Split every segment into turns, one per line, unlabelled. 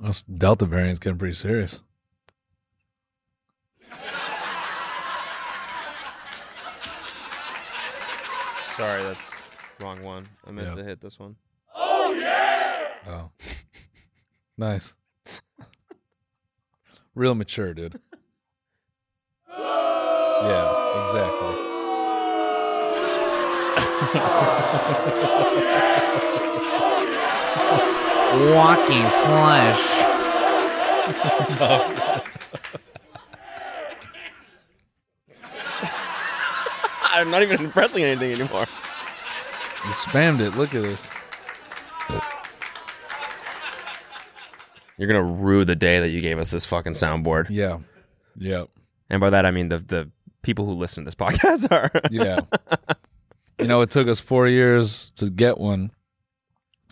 This Delta variant's getting pretty serious.
Sorry, that's wrong one. I meant
Yeah.
to hit this one.
Oh, nice. Real mature, dude. yeah, exactly.
Walkie slush.
I'm not even pressing anything anymore.
You spammed it. Look at this.
You're gonna rue the day that you gave us this fucking soundboard.
Yeah, yeah,
And by that I mean the the people who listen to this podcast are.
yeah. you know, it took us four years to get one.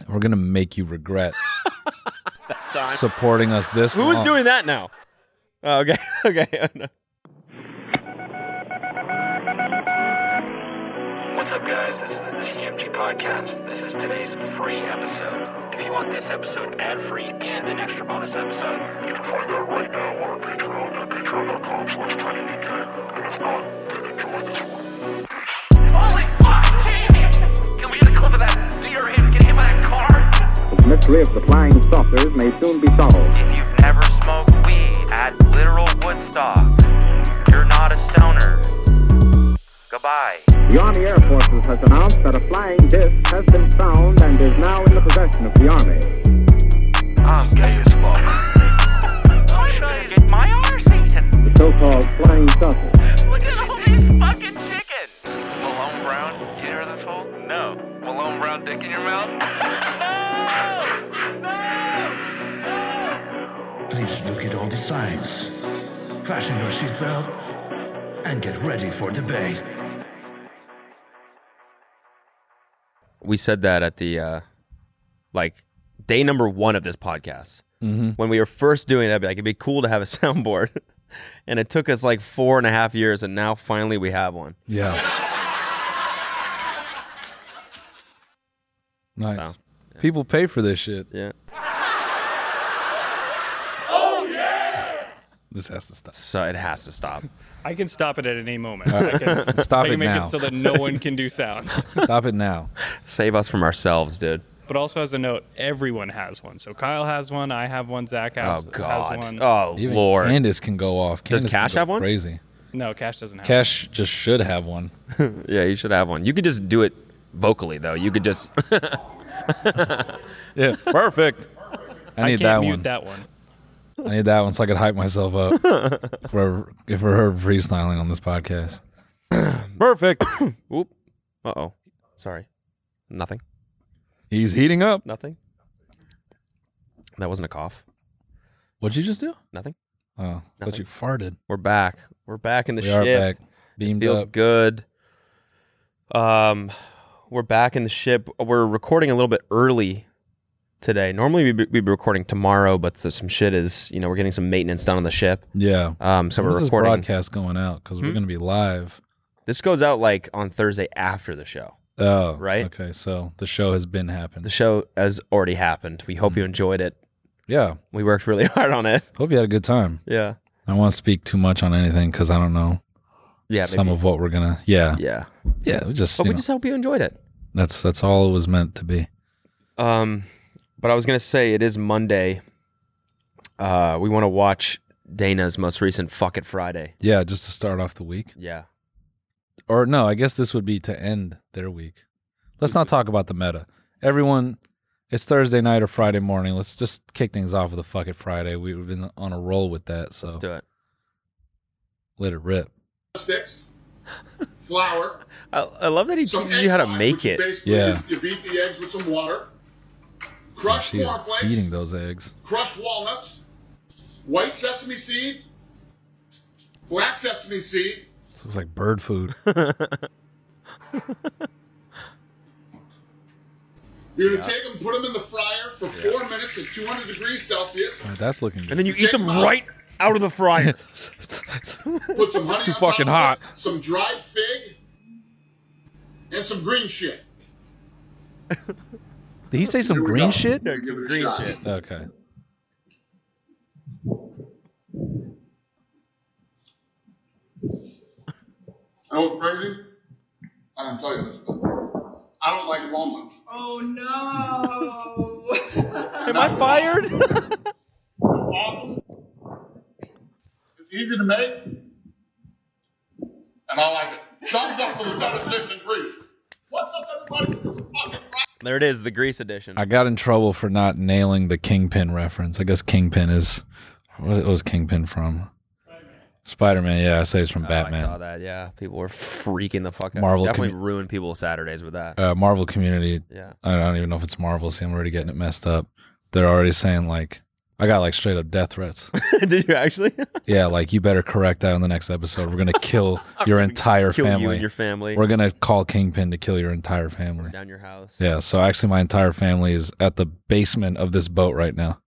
We're gonna make you regret supporting us this.
Who's
long.
doing that now? Oh, okay, okay. No.
What's up, guys? This is the CMG Podcast. This is today's free episode. If you want this episode ad-free and an extra bonus episode, you can find that right now on our Patreon at patreon.com slash tinydk. And if not, then enjoy this one. Holy fuck! Can we get a clip of that deer him get hit by that car?
The mystery of the flying saucers may soon be solved.
If you've never smoked weed at literal Woodstock, you're not a stoner. Goodbye.
The Army Air Forces has announced that a flying disc has been found and is now in the possession of the Army.
I'm gay as fuck. I'm trying to get my arse eaten.
The so-called flying saucer.
Look at all these fucking chickens. Malone Brown, you hear this hole? No. Malone Brown dick in your mouth? no! No!
Please look at all the signs. Fasten your seatbelt and get ready for debate.
We said that at the uh like day number one of this podcast. When we were first doing it, I'd be like, it'd be cool to have a soundboard. and it took us like four and a half years, and now finally we have one.
Yeah. nice.
Wow.
People pay for this shit.
Yeah.
This has to stop.
So it has to stop.
I can stop it at any moment. I can,
Stop
I
it
can make
now.
it so that no one can do sounds.
Stop it now.
Save us from ourselves, dude.
But also, as a note, everyone has one. So Kyle has one. I have one. Zach
Oh
has, has
God.
one.
Oh
Even
Lord.
Candace can go off.
Does
Candace
Cash
can go
have one?
Crazy.
No, Cash doesn't have.
Cash just should have one.
yeah, you should have one. You could just do it vocally though. You could just
Yeah, perfect. I need
One. I can't
that
mute
one.
that one.
I need that one so I can hype myself up for if we're her freestyling on this podcast. perfect.
Oop. Uh oh. Sorry. Nothing.
He's heating up.
Nothing. That wasn't a cough.
What'd you just do?
Nothing.
Oh, but
Nothing.
you farted.
We're back. We're back in the
we
ship.
are back. Beamed
Feels
up.
good. Um, we're back in the ship. We're recording a little bit early today. Normally we'd be, we'd be recording tomorrow, but there's some shit is you know we're getting some maintenance done on the ship.
Yeah.
Um, so
When's
we're
this
recording.
broadcast going out? Because we're
Hmm?
going to be live.
This goes out like on Thursday after the show.
Oh,
Right?
Okay, so the show has been happened.
The show has already happened. We hope you enjoyed it.
yeah,
We worked really hard on it.
hope you had a good time.
Yeah.
I don't want to speak too much on anything because I don't know
Yeah. Maybe.
some of what we're gonna. Yeah,
yeah.
yeah. We just,
But
you
we
know,
just hope you enjoyed it.
that's that's all it was meant to be.
Um, but I was gonna say it is Monday. Uh, we want to watch Dana's most recent Fuck It Friday.
Yeah, just to start off the week,
Yeah.
or no, I guess this would be to end their week. Let's not talk about the meta. Everyone, it's Thursday night or Friday morning. Let's just kick things off with a fuck it Friday. We've been on a roll with that, so
Let's do it.
let it rip.
sticks, flour,
I, I love that he
some
teaches you how to
egg whites,
make
which is
it.
Basically,
Yeah.
you, you beat the eggs with some water,
Oh,
crushed
She's
Oh,
cornflakes,
eating those eggs.
crushed walnuts, white sesame seed, black sesame seed,
This looks like bird food.
You're gonna take them, put them in the fryer for four minutes at 200 degrees Celsius.
Oh, that's looking good.
And then you eat them right out of the fryer.
Put some honey
Too
on top
fucking
of it,
hot.
some dried fig, and some green shit.
Did he say some green shit?
Give it a
Green
shot.
shit.
Okay.
I went crazy. I'm telling you this. I don't like walnuts.
Oh no!
Am I fired?
Awesome. It's easy to make, and I like it. Thumbs up for the satisfaction grief. What's up, everybody? This is fucking rock.
there it is, the grease edition.
I got in trouble for not nailing the Kingpin reference. I guess Kingpin is what was Kingpin from? Spider Man. Yeah, I say it's from
Oh, I
Batman.
saw that. Yeah, people were freaking the fuck out.
Marvel
definitely
commu-
ruined people's Saturdays with that.
Uh, Marvel community.
Yeah.
I don't even know if it's Marvel. See, I'm already getting it messed up. They're already saying like, I got like straight up death threats.
Did you actually
yeah, like you better correct that in the next episode. We're gonna kill your entire
kill
family.
you and your family?
We're gonna call Kingpin to kill your entire family.
down your house.
Yeah, so actually, my entire family is at the basement of this boat right now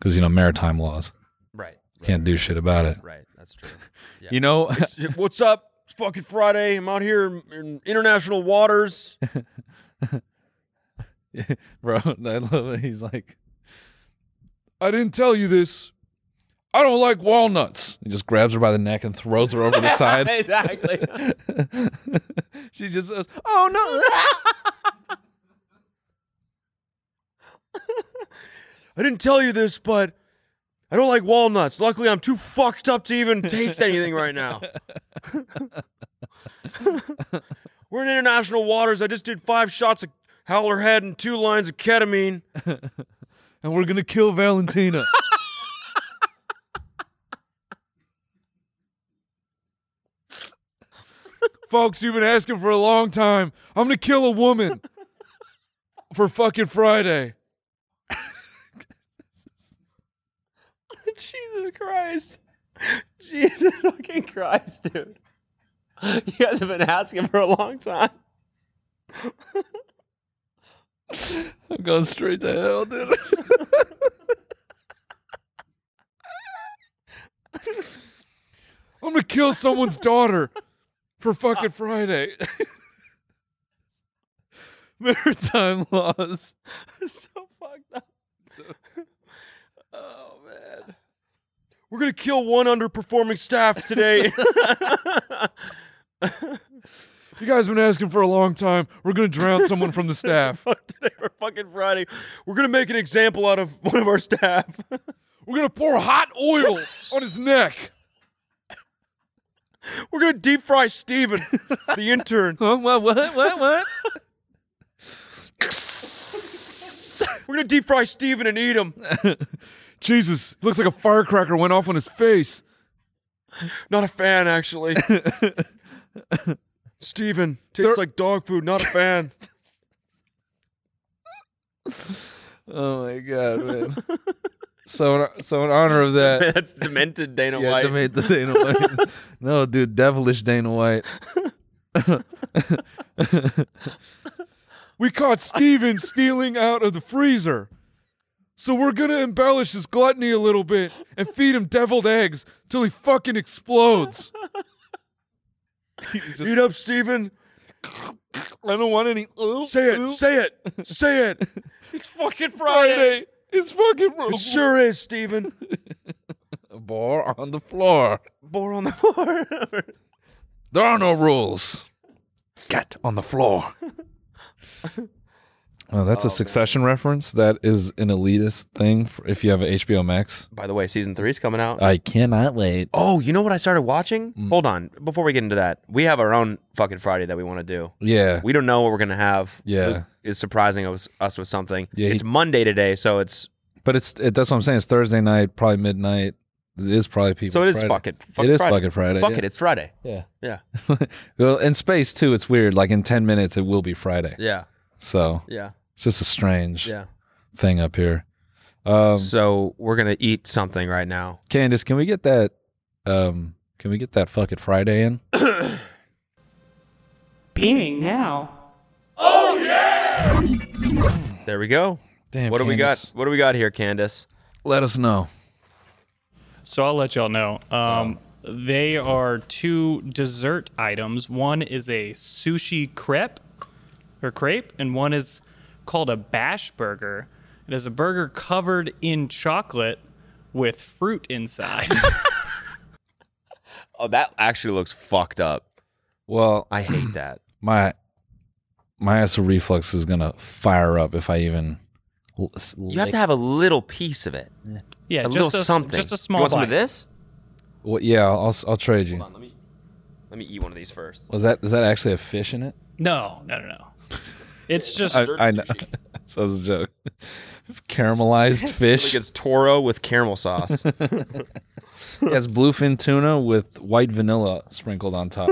because you know maritime laws
Right.
can't do shit about it.
Right. That's true. Yeah.
You know,
It's- what's up? It's fucking Friday. I'm out here in- in international waters.
bro, I love it. He's like, I didn't tell you this. I don't like walnuts. He just grabs her by the neck and throws her over the side.
exactly.
she just says, "Oh no!"
I didn't tell you this, but I don't like walnuts. Luckily, I'm too fucked up to even taste anything right now. We're in international waters. I just did five shots of Howler Head and two lines of ketamine.
and we're gonna kill Valentina. Folks, you've been asking for a long time. I'm gonna kill a woman for fucking Friday.
Jesus Christ. Jesus fucking Christ, dude. You guys have been asking for a long time.
I'm going straight to hell, dude. I'm gonna kill someone's daughter for fucking Friday. Maritime laws.
so fucked up. oh man. We're gonna kill one underperforming staff today.
You guys been asking for a long time. We're gonna drown someone from the staff.
Fuck today or fucking Friday. We're gonna make an example out of one of our staff.
We're gonna pour hot oil on his neck.
We're gonna deep fry Steven, the intern.
Huh? What? What? What? What?
We're gonna deep fry Steven and eat him.
Jesus! Looks like a firecracker went off on his face.
Not a fan, actually. Steven, tastes
They're-
like dog food, not a fan.
Oh my god, man. so, in, so in honor of that,
That's demented Dana
yeah, they made the Dana White. no, dude, devilish Dana White. we caught Steven stealing out of the freezer. So we're gonna embellish his gluttony a little bit and feed him deviled eggs till he fucking explodes.
Eat up, Steven.
I don't want any.
Say it, say it, say it. It's fucking Friday.
It's fucking
It sure is, Steven.
bar on the floor.
Bore on the floor.
There are no rules. Get on the floor. oh, that's a succession reference. That is an elitist thing for if you have a HBO Max.
By the way, season three's coming out.
I cannot wait.
oh, you know what I started watching?
Mm.
Hold on. Before we get into that, we have our own fucking Friday that we want to do.
Yeah.
We don't know what we're gonna have.
Yeah.
Luke is surprising us, us with something.
Yeah, he-
it's Monday today, so it's
But it's it, that's what I'm saying. It's Thursday night, probably midnight. It is probably people.
so it is fucking. Fuck
It is
Friday.
fucking Friday,
Fuck
yeah.
it, it's Friday.
Yeah.
Yeah,
well, in space too, it's weird. Like in ten minutes, it will be Friday.
yeah,
So
yeah,
it's just a strange
yeah.
thing up here. Um,
so we're gonna eat something right now.
Candace, can we get that? Um, can we get that fuck it Friday in?
Beaming now.
There we go.
Damn,
what do we got?
Candace.
What do we got here, Candace?
Let us know.
So I'll let y'all know. Um, they are two dessert items. One is a sushi crepe or crepe, and one is called a bash burger. It is a burger covered in chocolate with fruit inside.
Oh, that actually looks fucked up.
Well,
I hate that.
my my acid reflux is gonna fire up if I even. l- s-
You have
lick-
to have a little piece of it.
yeah,
a
just
little
a,
something.
Just a
You
small
want some
bite.
of this?
Well, yeah, I'll s- I'll trade you.
Hold on, let me let me eat one of these first.
Was that is that actually a fish in it?
No, no, no, no. It's just
Uh,
I, I know. so it was a joke. Caramelized fish.
Like it's Toro with caramel sauce.
That's bluefin tuna with white vanilla sprinkled on top.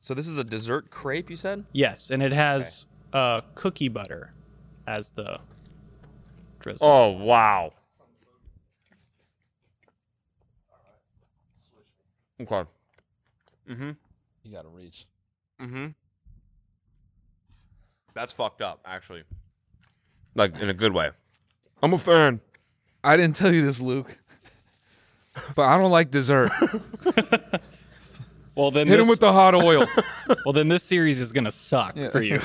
so this is a dessert crepe, you said?
yes, and it has uh, cookie butter as the drizzle.
Oh wow. Okay.
you gotta reach.
Mm-hmm. That's fucked up, actually. Like in a good way. I'm a fan.
I didn't tell you this, Luke. But I don't like dessert.
Well, then
Hit him
this-
with the hot oil.
Well, then this series is gonna suck for you.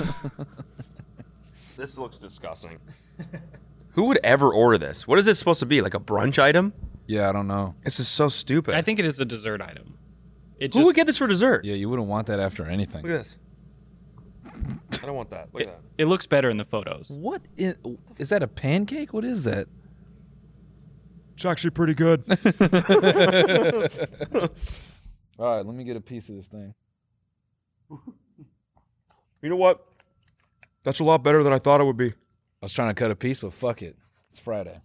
This looks disgusting. Who would ever order this? What is this supposed to be? Like a brunch item?
yeah, I don't know.
This is so stupid.
I think it is a dessert item. It
Who
just,
would get this for dessert?
Yeah, you wouldn't want that after
Look at
anything.
this. I don't want that. Look at
it,
that.
it looks better in the photos.
What is, is that a pancake? What is that?
It's actually pretty good.
All right, let me get a piece of this thing.
you know what? That's a lot better than I thought it would be.
I was trying to cut a piece, but fuck it. It's Friday.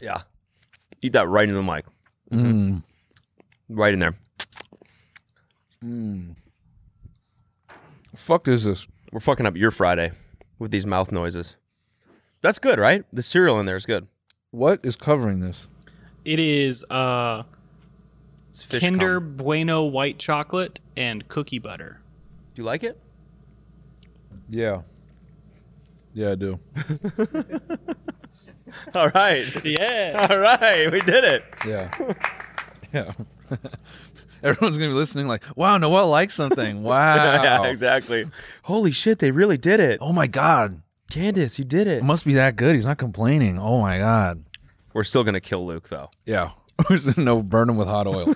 Yeah. Eat that right into the mic.
Mm.
Right in there.
Fuck is this?
We're fucking up your Friday with these mouth noises. That's good, right? The cereal in there is good.
What is covering this?
It is uh,
It's fish
Kinder
cum.
Bueno white chocolate and cookie butter.
Do you like it?
Yeah. Yeah, I do.
All right.
Yeah.
All right. We did it.
Yeah. yeah. Everyone's gonna be listening, like, wow, Noel likes something. Wow.
yeah, exactly. Holy shit, they really did it.
Oh my god.
Candace, you did it.
It must be that good. He's not complaining. Oh my god.
We're still gonna kill Luke though.
Yeah. no, burn him with hot oil.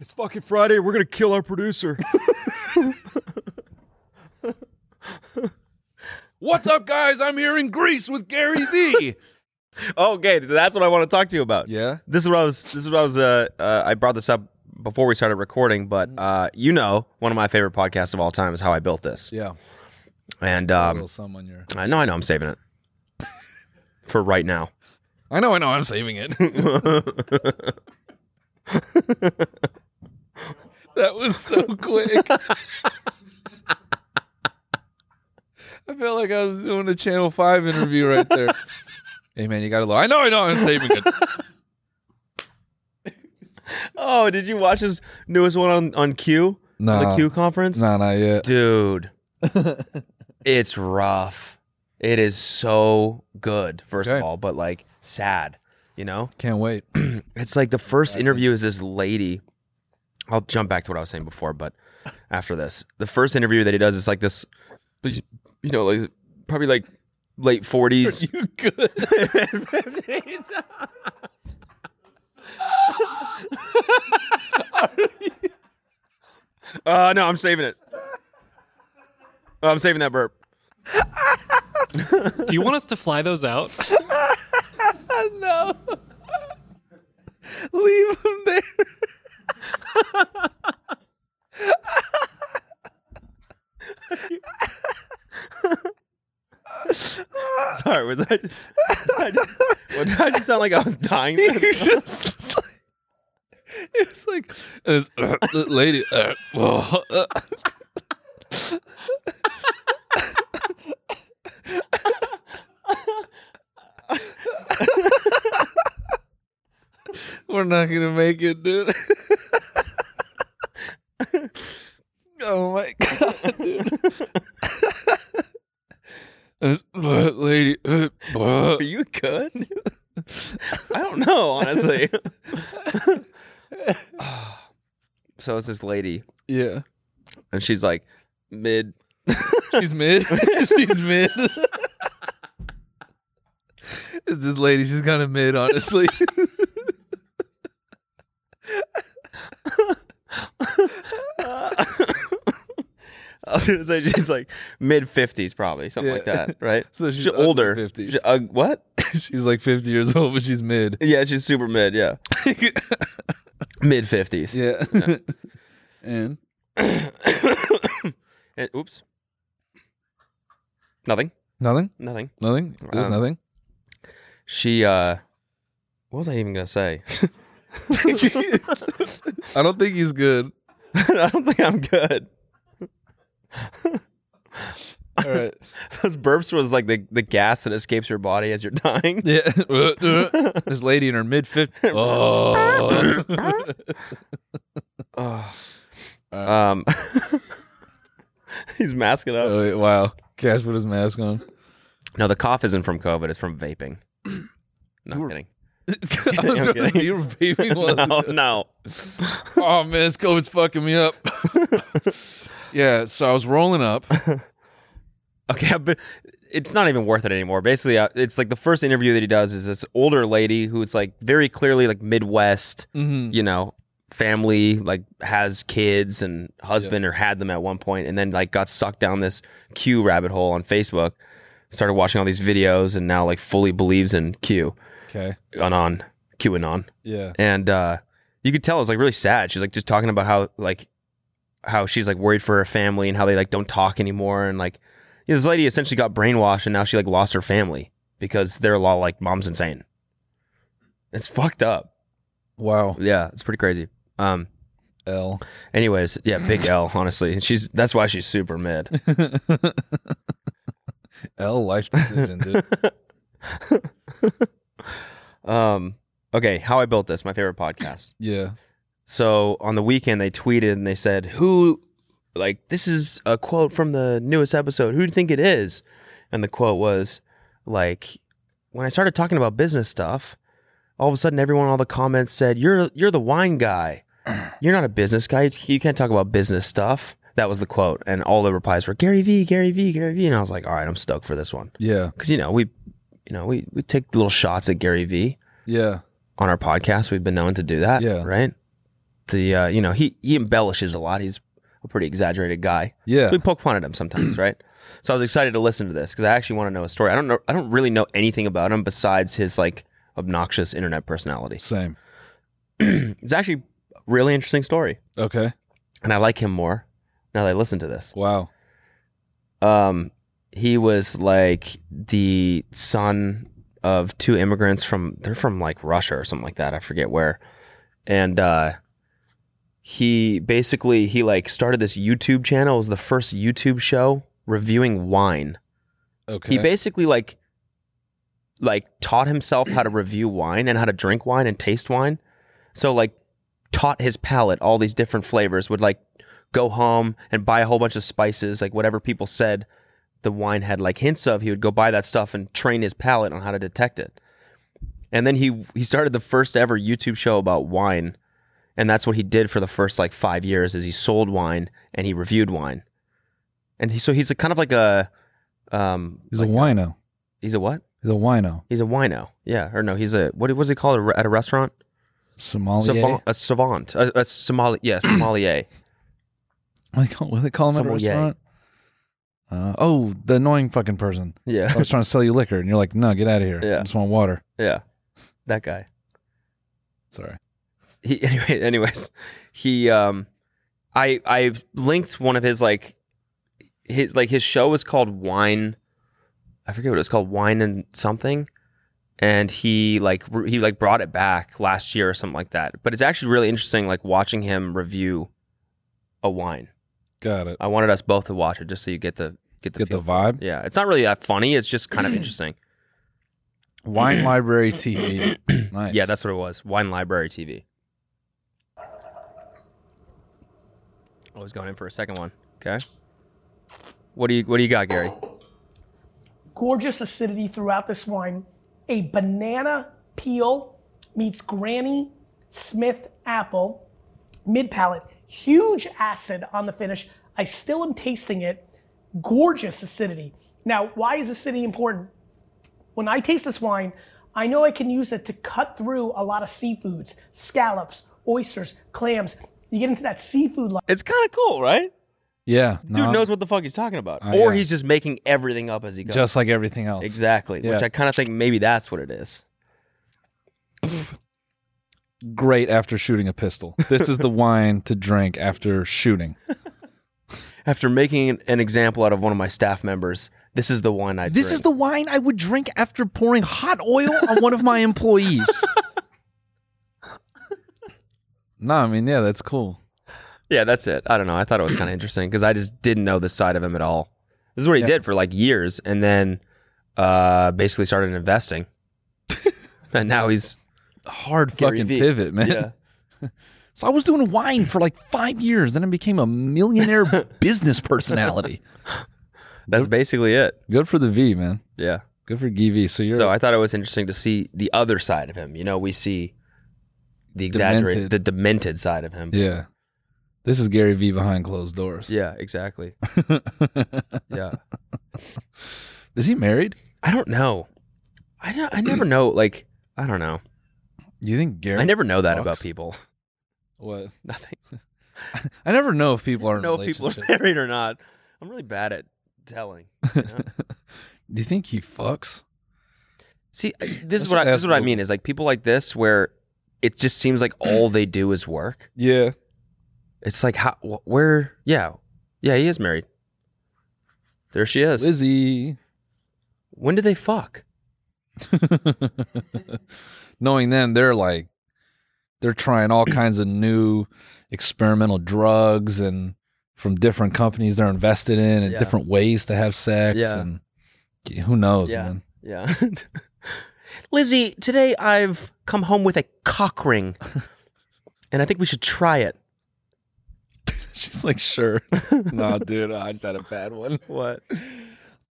It's fucking Friday. We're gonna kill our producer.
What's up, guys? I'm here in Greece with Gary Vee.
Okay, that's what I want to talk to you about.
yeah.
This is what I was this is what I was uh, uh I brought this up before we started recording, but
Mm-hmm.
uh you know, one of my favorite podcasts of all time is how I built this.
Yeah.
And
A little
um
sum on your.
I know I know I'm saving it. For right now.
I know. I know. I'm saving it. that was so quick. I felt like I was doing a Channel Five interview right there. hey man, you got to look. I know. I know. I'm saving it.
Oh, did you watch his newest one on, on Q?
Nah.
The Q conference?
no, not yet.
Dude. it's rough. It is so good, first of
Okay.
all, but like sad, you know?
Can't wait.
It's like the first interview is this lady. I'll jump back to what I was saying before, but after this, the first interview that he does is like this, you know, like probably like late forties. You good? uh, no, I'm saving it. Oh, I'm saving that burp.
Do you want us to fly those out?
Leave him there.
Sorry, was I? I just, what, did I just sound like I was dying?
It's like It's, uh, the lady. uh, whoa, uh. We're not gonna make it, dude. oh my god, dude. This uh, lady. uh, uh.
Are you good? I don't know, honestly. so it's this lady,
Yeah.
and she's like mid.
She's mid. she's mid. it's this lady. She's kind of mid, honestly.
I was gonna say she's like mid fifties, probably something like
Yeah.
that, right?
So she's ugly
older.
50s.
She- uh, what?
she's like 50 years old, but she's mid.
yeah, she's super mid. Yeah, mid fifties.
Yeah. and
And- oops. Nothing.
nothing.
Nothing.
Nothing. There's
Um,
nothing.
She. uh What was I even gonna say?
I don't think he's good.
I don't think I'm good.
All right.
Those burps was like the, the gas that escapes your body as you're dying.
Yeah. this lady in her mid 50s. Oh.
Um, he's masking up.
Oh, wait, wow. Cash put his mask on.
No, the cough isn't from COVID. It's from vaping. Not kidding.
I was
I'm
gonna say,
kidding.
you were vaping while-
No, no.
Oh man, this COVID's fucking me up. yeah, so I was rolling up.
Okay, but it's not even worth it anymore. Basically, uh, it's like the first interview that he does is this older lady who's like very clearly like Midwest, you know, family, like has kids and husband or had them at one point, and then like got sucked down this Q rabbit hole on Facebook, started watching all these videos, and now like fully believes in Q,
Okay.
anon, QAnon.
Yeah.
and uh, you could tell it was like really sad. She's like just talking about how like how she's like worried for her family and how they like don't talk anymore and like you know, this lady essentially got brainwashed and now she like lost her family because they're a lot like mom's insane. It's fucked up.
Wow.
Yeah, it's pretty crazy. Um.
L.
Anyways, yeah, big L. Honestly, And she's that's why she's super mid.
L life decision, dude.
Um. Okay, how I built this, my favorite podcast.
Yeah.
So on the weekend, they tweeted and they said, "Who, like, this is a quote from the newest episode. Who do you think it is?" And the quote was, like, when I started talking about business stuff, all of a sudden, everyone, all the comments said, "You're you're the wine guy. You're not a business guy. You can't talk about business stuff." That was the quote, and all the replies were Gary V, Gary V, Gary V, and I was like, "All right, I'm stoked for this one,"
Yeah.
because you know we, you know we we take little shots at Gary V
Yeah.
on our podcast. We've been known to do that.
Yeah.
Right. The uh, you know he he embellishes a lot. He's a pretty exaggerated guy.
Yeah.
We poke fun at him sometimes, right? So I was excited to listen to this because I actually want to know a story. I don't know. I don't really know anything about him besides his like obnoxious internet personality.
Same.
It's actually a really interesting story,
Okay.
and I like him more now that I listen to this.
Wow.
Um, he was like the son of two immigrants from they're from like Russia or something like that. I forget where. And uh, he basically he like started this YouTube channel. It was the first YouTube show reviewing wine.
Okay.
He basically like like taught himself how to review wine and how to drink wine and taste wine. So like taught his palate all these different flavors would like go home and buy a whole bunch of spices like whatever people said the wine had like hints of he would go buy that stuff and train his palate on how to detect it. And then he he started the first ever YouTube show about wine and that's what he did for the first like 5 years is he sold wine and he reviewed wine. And he, so he's a kind of like a um
He's
like
a wino.
He's a what?
He's a wino.
He's a wino. Yeah, or no? He's a what? Was he called a re- at a restaurant?
Somalia.
Savant, a savant, a, a sommelier. Yeah, sommelier.
What do they call, what do they call him at a
Sommelier.
restaurant? Uh, oh, the annoying fucking person.
yeah,
I was trying to sell you liquor, and you're like, no, get out of here.
Yeah.
I just want water.
yeah, that guy.
Sorry.
He anyway. Anyways, he um, I I linked one of his like his like his show was called Wine. I forget what it was called, Wine and something, and he like re- he like brought it back last year or something like that. But it's actually really interesting, like watching him review a wine.
Got it.
I wanted us both to watch it just so you get the get the
Get the
feel.
vibe.
yeah, it's not really that funny. It's just kind of interesting.
Wine Library TV. Nice.
Yeah, that's what it was. Wine Library TV. Oh, he's going in for a second one. Okay. What do you What do you got, Gary?
gorgeous acidity throughout this wine. A banana peel meets Granny Smith apple, mid palate. Huge acid on the finish. I still am tasting it. Gorgeous acidity. Now, why is acidity important? When I taste this wine, I know I can use it to cut through a lot of seafoods, scallops, oysters, clams. You get into that seafood line.
It's kind of cool, right?
yeah.
Dude
no,
knows what the fuck he's talking about, or
Uh-huh. Uh, yeah.
he's just making everything up as he goes.
just like everything else.
Exactly,
Yeah.
which I kind of think maybe that's what it is.
Great after shooting a pistol. This is the wine to drink after shooting.
After making an- an example out of one of my staff members, this is the one I.
This is the wine I would drink after pouring hot oil on one of my employees. no, I mean, yeah, that's cool.
Yeah, that's it. I don't know. I thought it was kind of interesting because I just didn't know this side of him at all. This is what he did for like years, and then uh, basically started investing, and now he's
Hard
Gary
fucking
V.
pivot, man.
Yeah.
So I was doing wine for like five years, then I became a millionaire business personality.
That's basically it.
Good for the V, man.
Yeah.
Good for Guy V. So you're
So I thought it was interesting to see the other side of him. You know, we see the exaggerated,
Demented.
the demented side of him.
yeah. This is Gary V behind closed doors.
Yeah, exactly. yeah.
Is he married?
I don't know. I don't, I never know. Like, I don't know.
You think Gary?
I never know that about
Fox?
people.
What?
Nothing.
I never know if people are
I
in
don't know if people are
relationships.
married or not. I'm really bad at telling. you know?
Do you think he fucks?
See, I- this
Let's
is what I,
just
this is what I
ask
mean is like people like this where it just seems like all they do is work.
Yeah.
It's like how wh- where yeah yeah he is married. There she is.
Lizzie.
When did they fuck?
Knowing them, they're like, they're trying all kinds of new experimental drugs and from different companies they're invested in and
Yeah.
different ways to have sex.
Yeah.
And who knows,
Yeah.
man?
Yeah. Lizzie, today I've come home with a cock ring, and I think we should try it.
She's like, sure. no, dude, I just had a bad one.
What?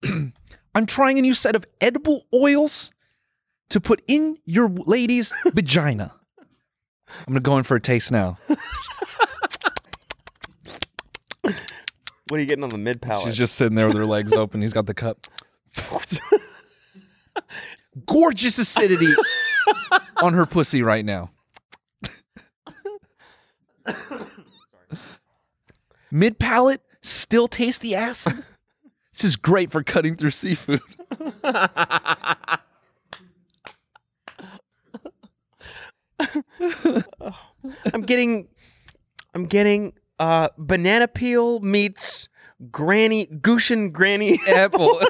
I'm trying a new set of edible oils to put in your lady's vagina. I'm going to go in for a taste now.
What are you getting on the mid palate?
She's just sitting there with her legs open. He's got the cup. Gorgeous acidity on her pussy right now. Mid palate, still taste the acid. This is great for cutting through seafood.
I'm getting, I'm getting uh, banana peel meets granny Gushin granny
Apple.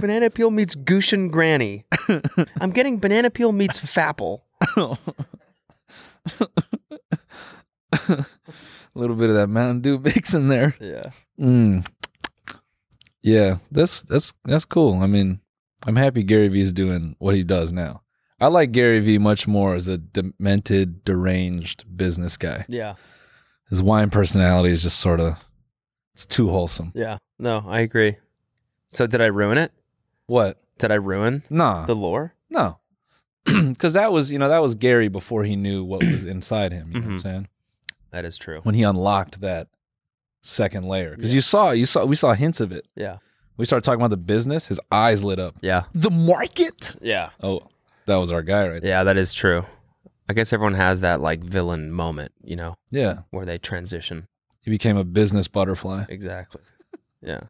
banana peel meets Gushin granny. I'm getting banana peel meets fapple.
A little bit of that Mountain Dew mix in there.
Yeah.
Mm. Yeah, that's that's that's cool. I mean, I'm happy Gary Vee's doing what he does now. I like Gary Vee much more as a demented, deranged business guy.
Yeah.
His wine personality is just sort of it's too wholesome.
Yeah. No, I agree. So did I ruin it?
What?
Did I ruin
Nah.
the lore?
no. Cuz that was, you know, that was Gary before he knew what was inside him, you know what I'm
Mhm.
saying?
That is true.
When he unlocked that second layer cuz
Yeah.
you saw you saw we saw hints of it.
Yeah.
We started talking about the business, his eyes lit up.
Yeah.
The market?
Yeah.
Oh, that was our guy right there.
Yeah, that is true. I guess everyone has that like villain moment, you know,
Yeah.
where they transition.
He became a business butterfly,
Exactly. Yeah.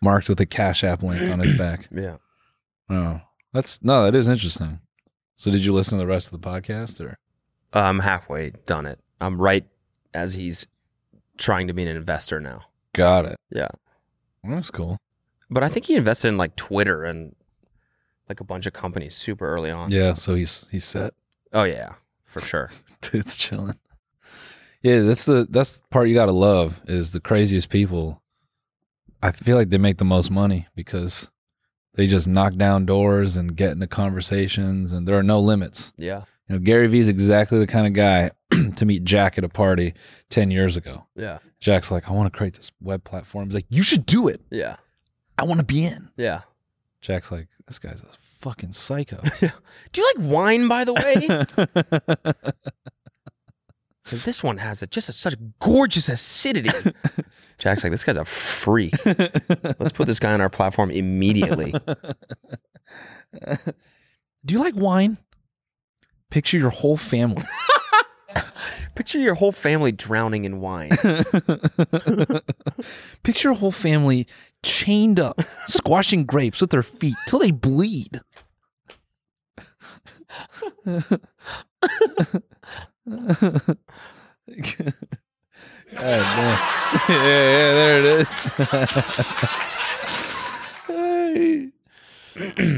marked with a Cash App link on his back.
Yeah.
Oh, that's no, that is interesting. So, did you listen to the rest of the podcast or?
I'm halfway done it. I'm right as he's trying to be an investor now.
Got it.
Yeah.
That's cool.
But I think he invested in like Twitter and like a bunch of companies super early on.
Yeah, so he's he's set.
Oh yeah, for sure.
Dude's chilling. Yeah, that's the that's the part you gotta love is the craziest people. I feel like they make the most money because they just knock down doors and get into conversations and there are no limits.
Yeah.
You know, Gary Vee's exactly the kind of guy to meet Jack at a party ten years ago.
Yeah.
Jack's like, I want to create this web platform. He's like, You should do it.
Yeah.
I want to be in.
Yeah.
Jack's like, This guy's a fucking psycho.
Do you like wine, by the way? 'Cause this one has a, just a, such gorgeous acidity. Jack's like, this guy's a freak. Let's put this guy on our platform immediately.
Do you like wine? Picture your whole family.
Picture your whole family drowning in wine.
Picture a whole family chained up, squashing grapes with their feet till they bleed. Oh, man. Yeah, yeah, there it is. Hey.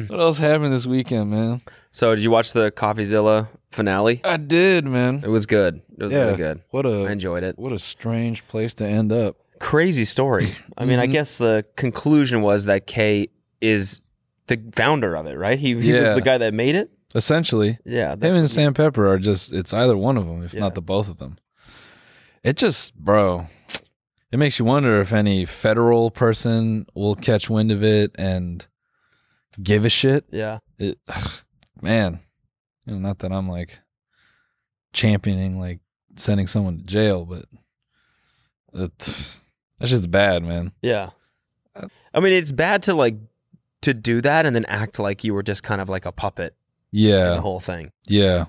what else happened this weekend, man?
so, did you watch the CoffeeZilla finale?
I did, man.
It was good. It was really good.
What
I
a
enjoyed it.
what a strange place to end up.
Crazy story. I mean, I
Mm-hmm.
guess the conclusion was that Kay is the founder of it, right? He, he
Yeah.
was the guy that made it.
Essentially,
Yeah.
Him
that's-
and Sam Pepper are just, it's either one of them, if
Yeah.
not the both of them. It just, bro, it makes you wonder if any federal person will catch wind of it and give a shit.
yeah.
It, man, you know, not that I'm like championing, like sending someone to jail, but it, that shit's bad, man.
Yeah.
Uh,
I mean, it's bad to like to do that and then act like you were just kind of like a puppet in the
Yeah.
whole thing.
Yeah.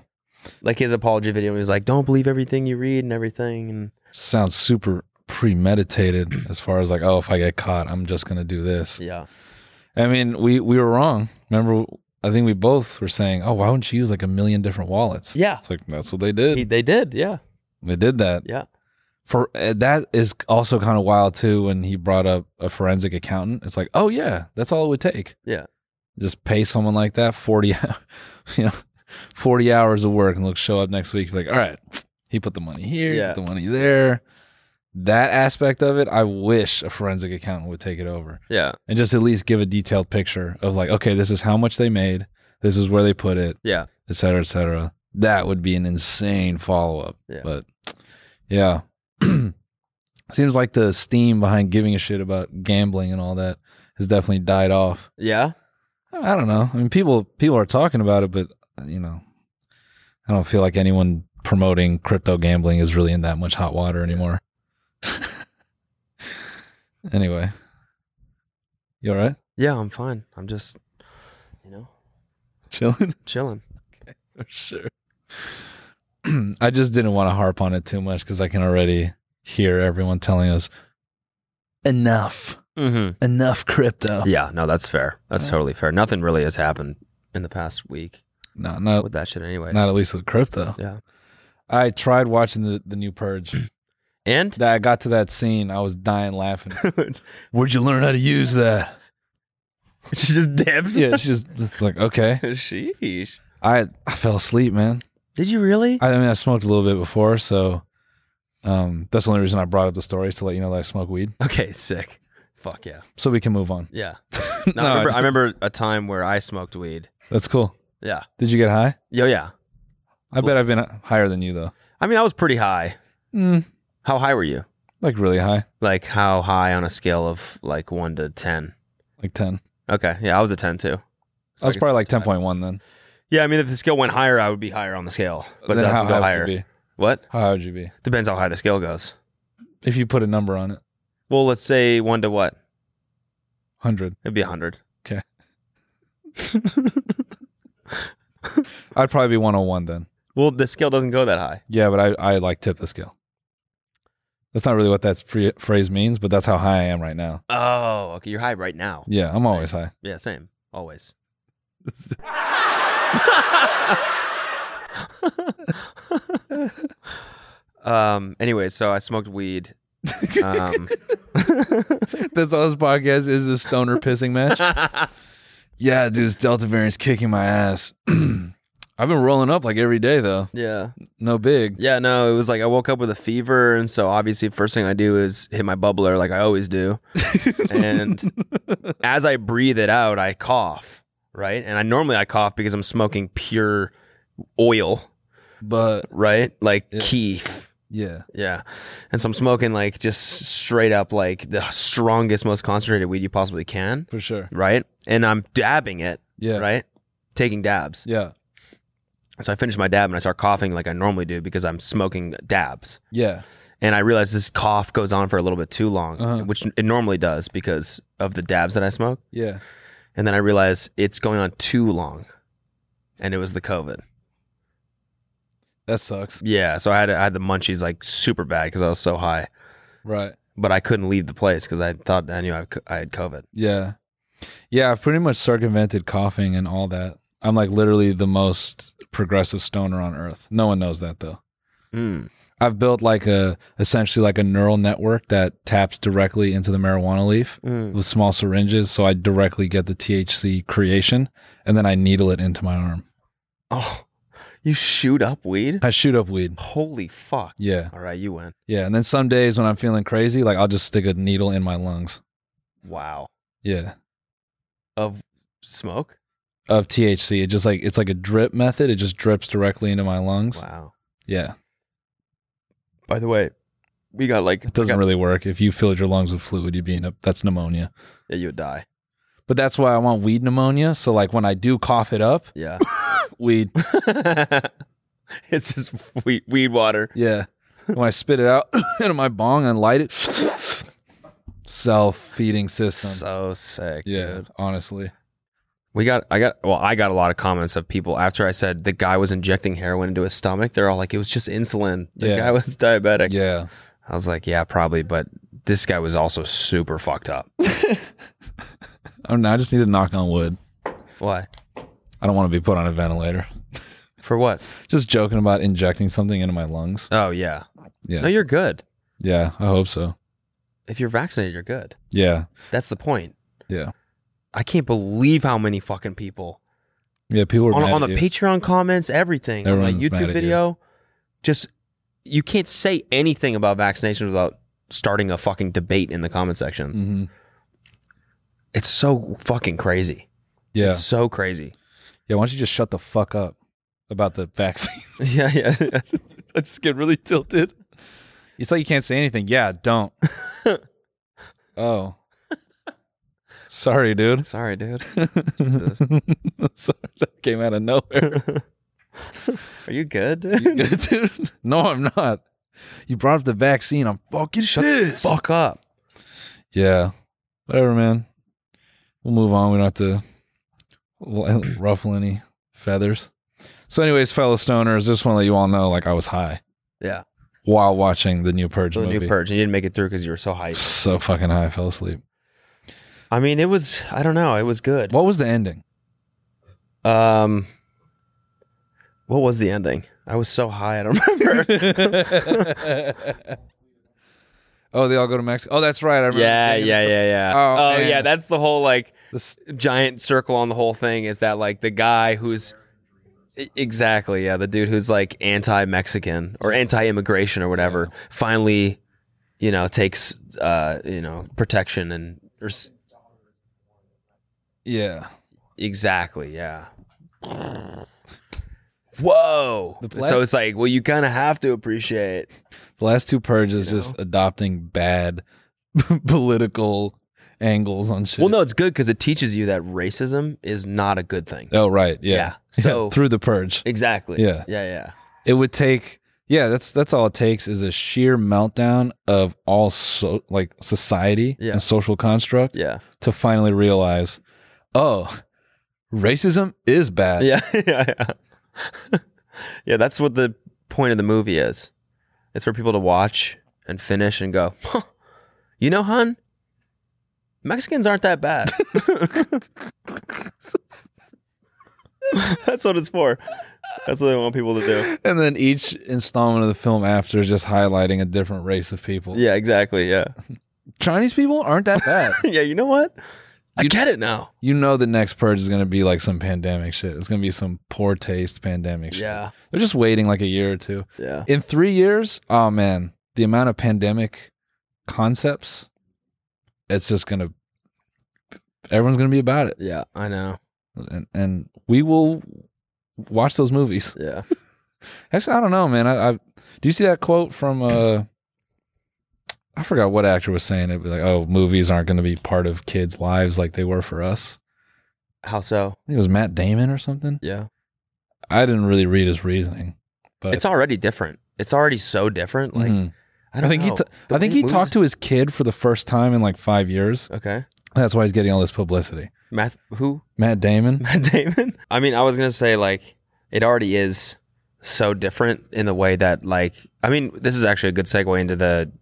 Like his apology video, he was like, "Don't believe everything you read and everything." And
Sounds super premeditated as far as like, oh, if I get caught, I'm just going to do this.
yeah,
I mean, we we were wrong. Remember, I think we both were saying, "Oh, why wouldn't you use like a million different wallets?"
Yeah.
it's like that's what they did.
he, they did. Yeah,
they did that.
yeah,
For uh, that is also kind of wild too. When he brought up a forensic accountant, it's like, oh yeah, that's all it would take.
Yeah.
just pay someone like that forty, hou- you know, forty hours of work, and look, show up next week. Like, all right, he put the money here, he
Yeah.
put the money there. That aspect of it, I wish a forensic accountant would take it over
yeah,
and just at least give a detailed picture of like, okay, this is how much they made, this is where they put it,
yeah.
et cetera, et cetera. That would be an insane follow up.
Yeah.
But yeah. Seems like the steam behind giving a shit about gambling and all that has definitely died off.
Yeah,
I don't know. I mean people people are talking about it, but you know, I don't feel like anyone promoting crypto gambling is really in that much hot water anymore. anyway. You all right?
yeah. I'm fine. I'm just, you know,
chilling
chilling.
for sure i just didn't want to harp on it too much because i can already hear everyone telling us enough
Mm-hmm.
enough crypto
Yeah, no, that's fair. That's
Yeah.
totally fair. Nothing really has happened in the past week
no not,
with that shit, anyway.
Oh, not at least with crypto
Yeah.
i tried watching the, the new purge
And
that i got to that scene i was dying laughing where'd you learn how to use that
she just dips.
yeah she's just, just like okay
Sheesh.
i i fell asleep man
Did you really?
I, I mean i smoked a little bit before so um that's the only reason i brought up the story is to let you know that i smoke weed
okay, sick. Fuck yeah.
so we can move on
Yeah.
No,
No, I,
I
remember,
don't.
I remember a time where I smoked weed.
that's cool
Yeah.
did you get high
Yo, yeah.
I bet I've been higher than you though.
I mean, I was pretty high.
Mm,
How high were you?
like really high,
Like, how high on a scale of like one to 10?
like ten.
Okay. Yeah, I was a 10 too.
I was
like-
probably like ten point one then.
Yeah, I mean, if the scale went higher, I would be higher on the scale, but it
Then how
doesn't
high
go
would you be?
higher. What?
How high would you be
Depends how high the scale goes.
if you put a number on it?
Well, let's say one to what?
Hundred.
It'd be 100.
Okay. I'd probably be one hundred one then.
Well, the scale doesn't go that high.
Yeah, but I I like tip the scale. That's not really what that free, phrase means, but that's how high I am right now.
Oh, okay. You're high right now.
Yeah, I'm always high.
Yeah, same. Always. um. Anyway, so I smoked weed. Um,
That's all this podcast is: a stoner pissing match. yeah, dude, this Delta variant's kicking my ass. I've been rolling up like every day though.
Yeah.
No big.
Yeah, no, it was like I woke up with a fever, and so obviously first thing I do is hit my bubbler like I always do. and as I breathe it out, I cough, right? And I normally I cough because I'm smoking pure oil,
but
right? Like keef.
Yeah.
Yeah. And so I'm smoking like just straight up like the strongest, most concentrated weed you possibly can.
For sure.
Right? And I'm dabbing it.
Yeah.
Right? Taking dabs.
Yeah.
So I finish my dab and I start coughing like I normally do because I'm smoking dabs.
Yeah.
And I realize this cough goes on for a little bit too long,
Uh-huh.
which it normally does because of the dabs that I smoke.
Yeah.
And then I realize it's going on too long. And it was the COVID.
That sucks.
Yeah. So I had I had the munchies like super bad because I was so high.
Right.
But I couldn't leave the place because I thought I knew I, c- I had COVID.
Yeah. Yeah, I've pretty much circumvented coughing and all that. I'm like literally the most progressive stoner on earth. No one knows that though. Hmm.
Mm.
I've built like a essentially like a neural network that taps directly into the marijuana leaf
Mm.
with small syringes so I directly get the THC creation and then I needle it into my arm.
Oh, you shoot up weed?
I shoot up weed.
Holy fuck.
Yeah.
All right, you win.
Yeah, and then some days when I'm feeling crazy, like I'll just stick a needle in my lungs.
Wow.
Yeah.
Of smoke?
Of THC, it just like it's like a drip method. It just drips directly into my lungs.
Wow.
Yeah.
By the way, we got like
It doesn't
got-
really work. If you filled your lungs with fluid, you'd be in a that's pneumonia.
yeah, you would die.
But that's why I want weed pneumonia. So like when I do cough it up,
Yeah.
weed.
it's just weed, weed water.
Yeah. When I spit it out into my bong and light it, self feeding system.
So sick.
yeah,
dude.
honestly.
We got I got well, I got a lot of comments of people after I said the guy was injecting heroin into his stomach. They're all like it was just insulin. The
Yeah.
guy was diabetic.
Yeah.
I was like, yeah, probably, but this guy was also super fucked up.
I don't know. I just need to knock on wood.
Why?
I don't want to be put on a ventilator.
For what?
Just joking about injecting something into my lungs.
Oh yeah.
Yeah.
No, you're good.
yeah, I hope so.
If you're vaccinated, you're good.
Yeah.
That's the point.
Yeah.
I can't believe how many fucking people
Yeah, people are
on,
mad
on
at
the
you.
Patreon comments, everything on my
Everyone's mad at
YouTube
you.
video. Just you can't say anything about vaccinations without starting a fucking debate in the comment
Mhm.
section. It's so fucking crazy.
Yeah.
It's so crazy.
Yeah, why don't you just shut the fuck up about the vaccine?
Yeah, yeah.
I just get really tilted. It's like you can't say anything. Yeah, don't. oh. Sorry, dude.
Sorry, dude. Jesus.
Sorry, that came out of nowhere.
Are you good?
You good, dude? No, I'm not. You brought up the vaccine. I'm fucking
Shut
pissed.
the fuck up.
Yeah. Whatever, man. We'll move on. We don't have to l- ruffle any feathers. So, anyways, fellow stoners, just want to let you all know, like I was high
Yeah.
while watching the new Purge
The
movie.
new purge. And you didn't make it through because you were so hyped.
So fucking high, I fell asleep.
I mean, it was I don't know, it was good.
What was the ending?
Um What was the ending? I was so high, I don't remember.
Oh, they all go to Mexico. Oh, that's right. I remember.
yeah,
thinking
yeah,
it's-
yeah, yeah.
Oh,
Oh,
man.
yeah, that's the whole like
This,
giant circle on the whole thing is that like the guy who's E- exactly yeah the dude who's like anti-mexican or anti-immigration or whatever finally you know takes uh you know protection and or, s-
yeah.
exactly yeah whoa
The
so
pledge-
it's like well you kind of have to appreciate
The last two purges
You know?
just adopting bad political angles on shit.
well no it's good because it teaches you that racism is not a good thing
Oh, right. Yeah.
Yeah, so-
through the purge.
exactly
Yeah.
yeah yeah
it would take yeah that's that's all it takes is a sheer meltdown of all so like society
Yeah.
and social construct
yeah
to finally realize oh racism is bad
yeah, yeah, yeah. yeah, that's what the point of the movie is. It's for people to watch and finish and go, huh, you know, hun, Mexicans aren't that bad. that's what it's for. That's what they want people to do.
and then each installment of the film after is just highlighting a different race of people
Yeah, exactly. Yeah.
Chinese people aren't that bad.
yeah, you know what? I get it now.
You know the next purge is going to be like some pandemic shit. It's going to be some poor taste pandemic shit.
Yeah.
They're just waiting like a year or two.
Yeah.
In 3 years, oh man, the amount of pandemic concepts it's just going to everyone's going to be about it.
Yeah, I know.
And and we will watch those movies.
Yeah.
Actually, I don't know, man. I, I do you see that quote from uh I forgot what actor was saying it was like, "Oh, movies aren't going to be part of kids' lives like they were for us."
How so?
I think it was Matt Damon or something.
Yeah.
I didn't really read his reasoning, but
It's already different. It's already so different. Like
Mhm.
I don't
think
know.
he t-
The
I think
mo-
he
movies-
talked to his kid for the first time in like five years.
Okay.
That's why he's getting all this publicity.
Math who?
Matt Damon.
Matt Damon? I mean, I was gonna say like it already is so different in the way that like I mean, this is actually a good segue into the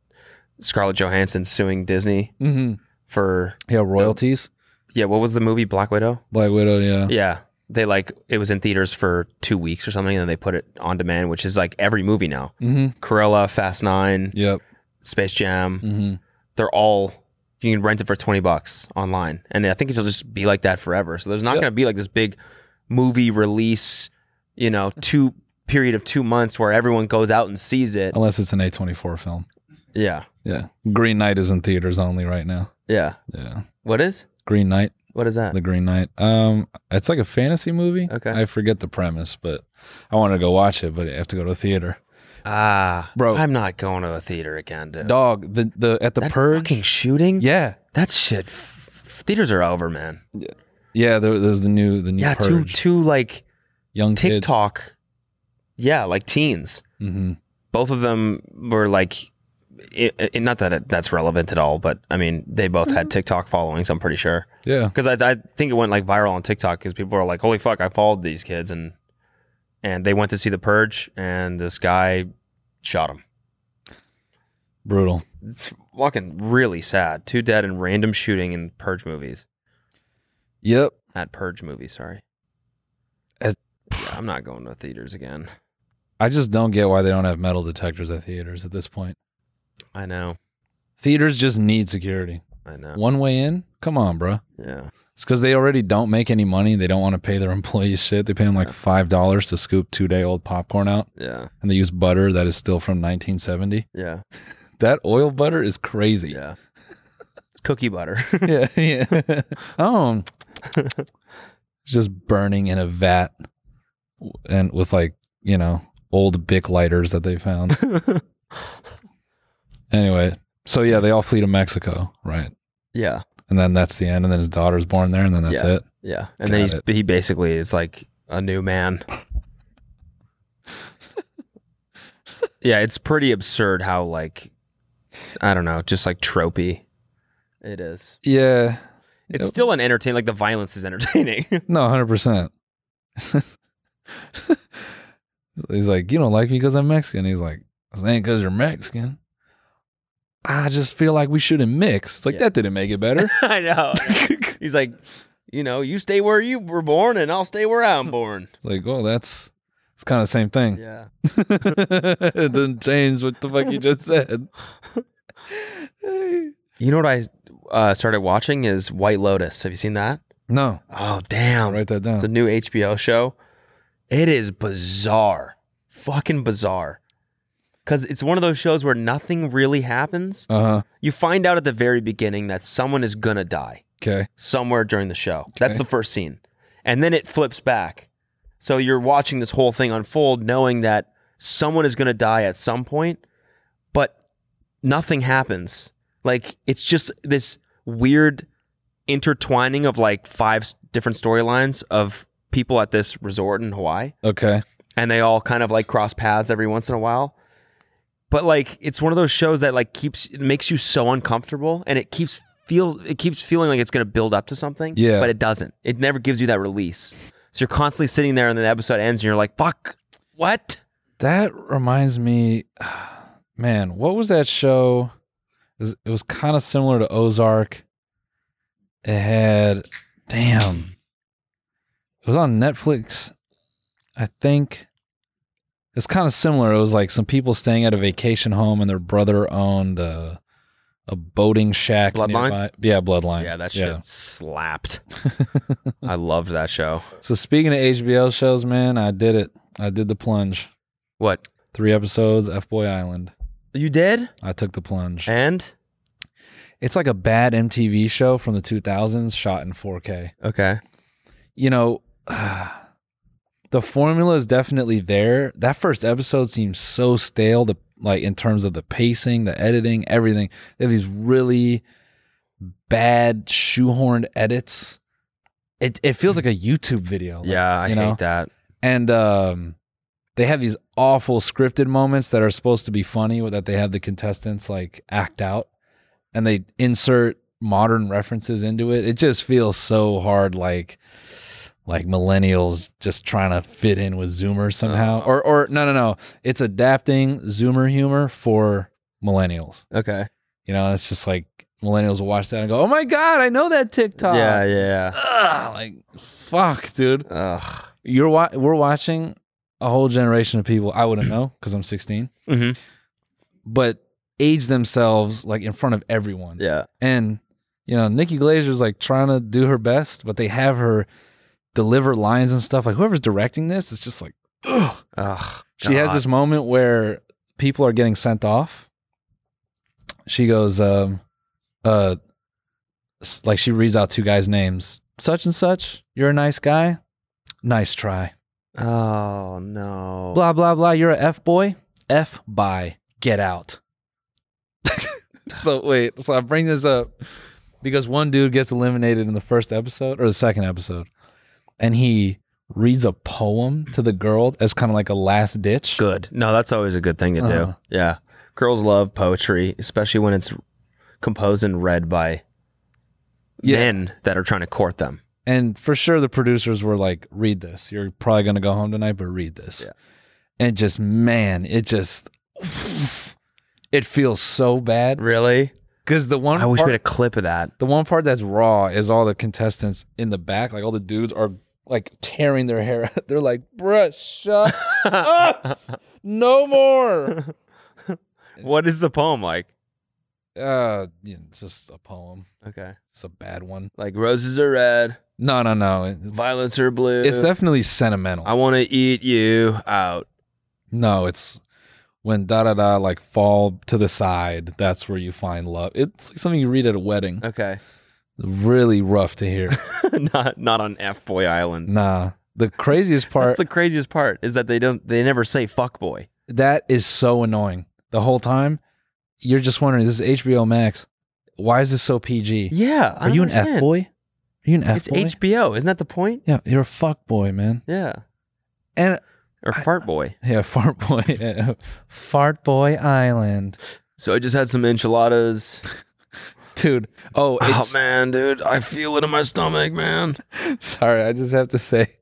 Scarlett Johansson suing Disney
Mm-hmm.
for
Yeah, royalties.
yeah, what was the movie Black Widow?
Black Widow. Yeah.
Yeah. They like it was in theaters for two weeks or something, and then they put it on demand, which is like every movie now.
Mm-hmm.
Cruella, Fast Nine,
Yep.
Space Jam.
Mm-hmm.
They're all you can rent it for twenty bucks online, and I think it'll just be like that forever. So there's not
Yep.
going to be like this big movie release, you know, two period of two months where everyone goes out and sees it.
Unless it's an A twenty four film.
Yeah,
Yeah. Green Knight is in theaters only right now.
yeah.
Yeah.
What is?
Green Knight.
What is that?
The Green Knight. Um, it's like a fantasy movie.
Okay.
I forget the premise, but I wanted to go watch it, but I have to go to the theater.
Ah,
Bro.
I'm not going to a theater again, dude.
Dog. The the at the
that
purge.
fucking shooting.
yeah.
that shit. F- f- theaters are over, man.
Yeah. There, there's the new the new
Yeah,
purge.
two two like
young
TikTok. Yeah, like teens.
Mm-hmm.
both of them were like it, it, not that it, that's relevant at all but i mean they both had tiktok followings i'm pretty sure
Yeah.
because I, I think it went like viral on tiktok because people were like holy fuck i followed these kids and and they went to see the purge and this guy shot him
Brutal.
it's fucking really sad two dead and random shooting in purge movies
Yep.
at purge movies sorry
At-
yeah, i'm not going to theaters again
I just don't get why they don't have metal detectors at theaters at this point.
i know
Theaters just need security.
i know
One way in? Come on, bro.
yeah
It's because they already don't make any money. They don't want to pay their employees shit. They pay them like $5 to scoop two day old popcorn out
yeah
and they use butter that is still from 1970.
yeah
That oil butter is crazy.
yeah it's cookie butter
yeah. yeah. oh. just burning in a vat and with like, you know, old Bic lighters that they found. anyway, so yeah, they all flee to Mexico, right?
yeah
And then that's the end. And then his daughter's born there, and then that's
Yeah.
it.
Yeah, and
Got
then he's
it.
he basically is like a new man. yeah, it's pretty absurd how like I don't know, just like tropey it is.
Yeah.
It's
Yep.
still an entertain like the violence is entertaining.
No, 100%. he's like, You don't like me because I'm Mexican. He's like, This ain't because you're Mexican. I just feel like we shouldn't mix. It's like,
Yeah.
That didn't make it better.
I know. he's like, you know, you stay where you were born, and I'll stay where I'm born.
It's like, well, that's it's kind of the same thing.
Yeah,
it didn't change what the fuck you just said.
you know what I uh, started watching is White Lotus. Have you seen that?
No,
Oh damn!
write that down.
It's a new HBO show. It is bizarre. Fucking bizarre. Cause it's one of those shows where nothing really happens.
Uh huh.
You find out at the very beginning that someone is gonna die
Okay.
somewhere during the show. That's
Okay.
the first scene. And then it flips back. So you're watching this whole thing unfold knowing that someone is going to die at some point, but nothing happens. Like it's just this weird intertwining of like five s- different storylines of people at this resort in Hawaii
Okay.
and they all kind of like cross paths every once in a while. But like it's one of those shows that like keeps it makes you so uncomfortable and it keeps feel it keeps feeling like it's gonna build up to something.
Yeah.
But it doesn't. It never gives you that release. So you're constantly sitting there and then the episode ends and you're like, fuck, what?
That reminds me, man. What was that show? It was, it was kind of similar to Ozark. It had, damn. It was on Netflix, I think. It's kind of similar. It was like some people staying at a vacation home, and their brother owned a, a boating shack.
Bloodline?
nearby- Yeah, Bloodline.
Yeah, that shit slapped. I loved that show.
So speaking of HBO shows, man, I did it. I did the plunge.
What?
Three episodes, F Boy Island.
You did?
I took the plunge.
And
It's like a bad MTV show from the 2000s shot in 4K.
okay.
You know, the formula is definitely there. That first episode seems so stale, the, like in terms of the pacing, the editing, everything. They have these really bad shoehorned edits. It it feels like a YouTube video. like,
Yeah, I
you know?
hate that.
and um, they have these awful scripted moments that are supposed to be funny or that they have the contestants like act out and they insert modern references into it it just feels so hard like like millennials just trying to fit in with zoomers somehow or or no no no it's adapting zoomer humor for millennials
Okay.
you know it's just like millennials will watch that and go oh my god i know that tiktok
Yeah, yeah.
Ugh, like fuck dude
Ugh.
you're wa- we're watching a whole generation of people I wouldn't know because I'm 16,
Mhm.
but age themselves like in front of everyone.
Yeah.
And you know, Nikki Glazer's like trying to do her best, but they have her deliver lines and stuff. Like whoever's directing this, it's just like ugh.
Ugh.
She has
God.
this moment where people are getting sent off. She goes, um, uh, s- like she reads out two guys' names. Such and such, you're a nice guy. Nice try.
Oh no.
Blah blah blah. You're a f boy. F by get out. so wait. So I bring this up because one dude gets eliminated in the first episode or the second episode, and he reads a poem to the girl as kind of like a last ditch.
Good. No, that's always a good thing to do.
Uh-huh.
Yeah. Girls love poetry, especially when it's composed and read by
Yeah.
men that are trying to court them.
And for sure, the producers were like, read this. You're probably going to go home tonight, but read this.
Yeah.
And just, man, it just, it feels so bad.
Really?
Because the one
I wish
part,
we had a clip of that.
the one part that's raw is all the contestants in the back. Like all the dudes are like tearing their hair. out. They're like, bruh, shut up. No more.
What is the poem like?
Uh, you know, it's just a poem.
Okay.
It's a bad one.
Like roses are red,
No, no, no. It-
violets are blue.
It's definitely sentimental.
I want to eat you out.
No, it's when da da da like fall to the side. That's where you find love. It's like something you read at a wedding.
Okay.
Really rough to hear.
not not on F boy island.
nah, the craziest part
That's the craziest part is that they don't they never say fuck boy.
that is so annoying. The whole time you're just wondering, this is HBO Max. Why is this so PG?
Yeah.
Are you an F boy? Are you an F
It's
boy?
HBO. Isn't that the point?
yeah, you're a fuck boy, man.
Yeah.
And
Or fart boy.
yeah, fart boy, fart boy island,
So I just had some enchiladas.
dude. Oh,
Oh
it's,
man, dude, I feel it in my stomach, man.
Sorry, I just have to say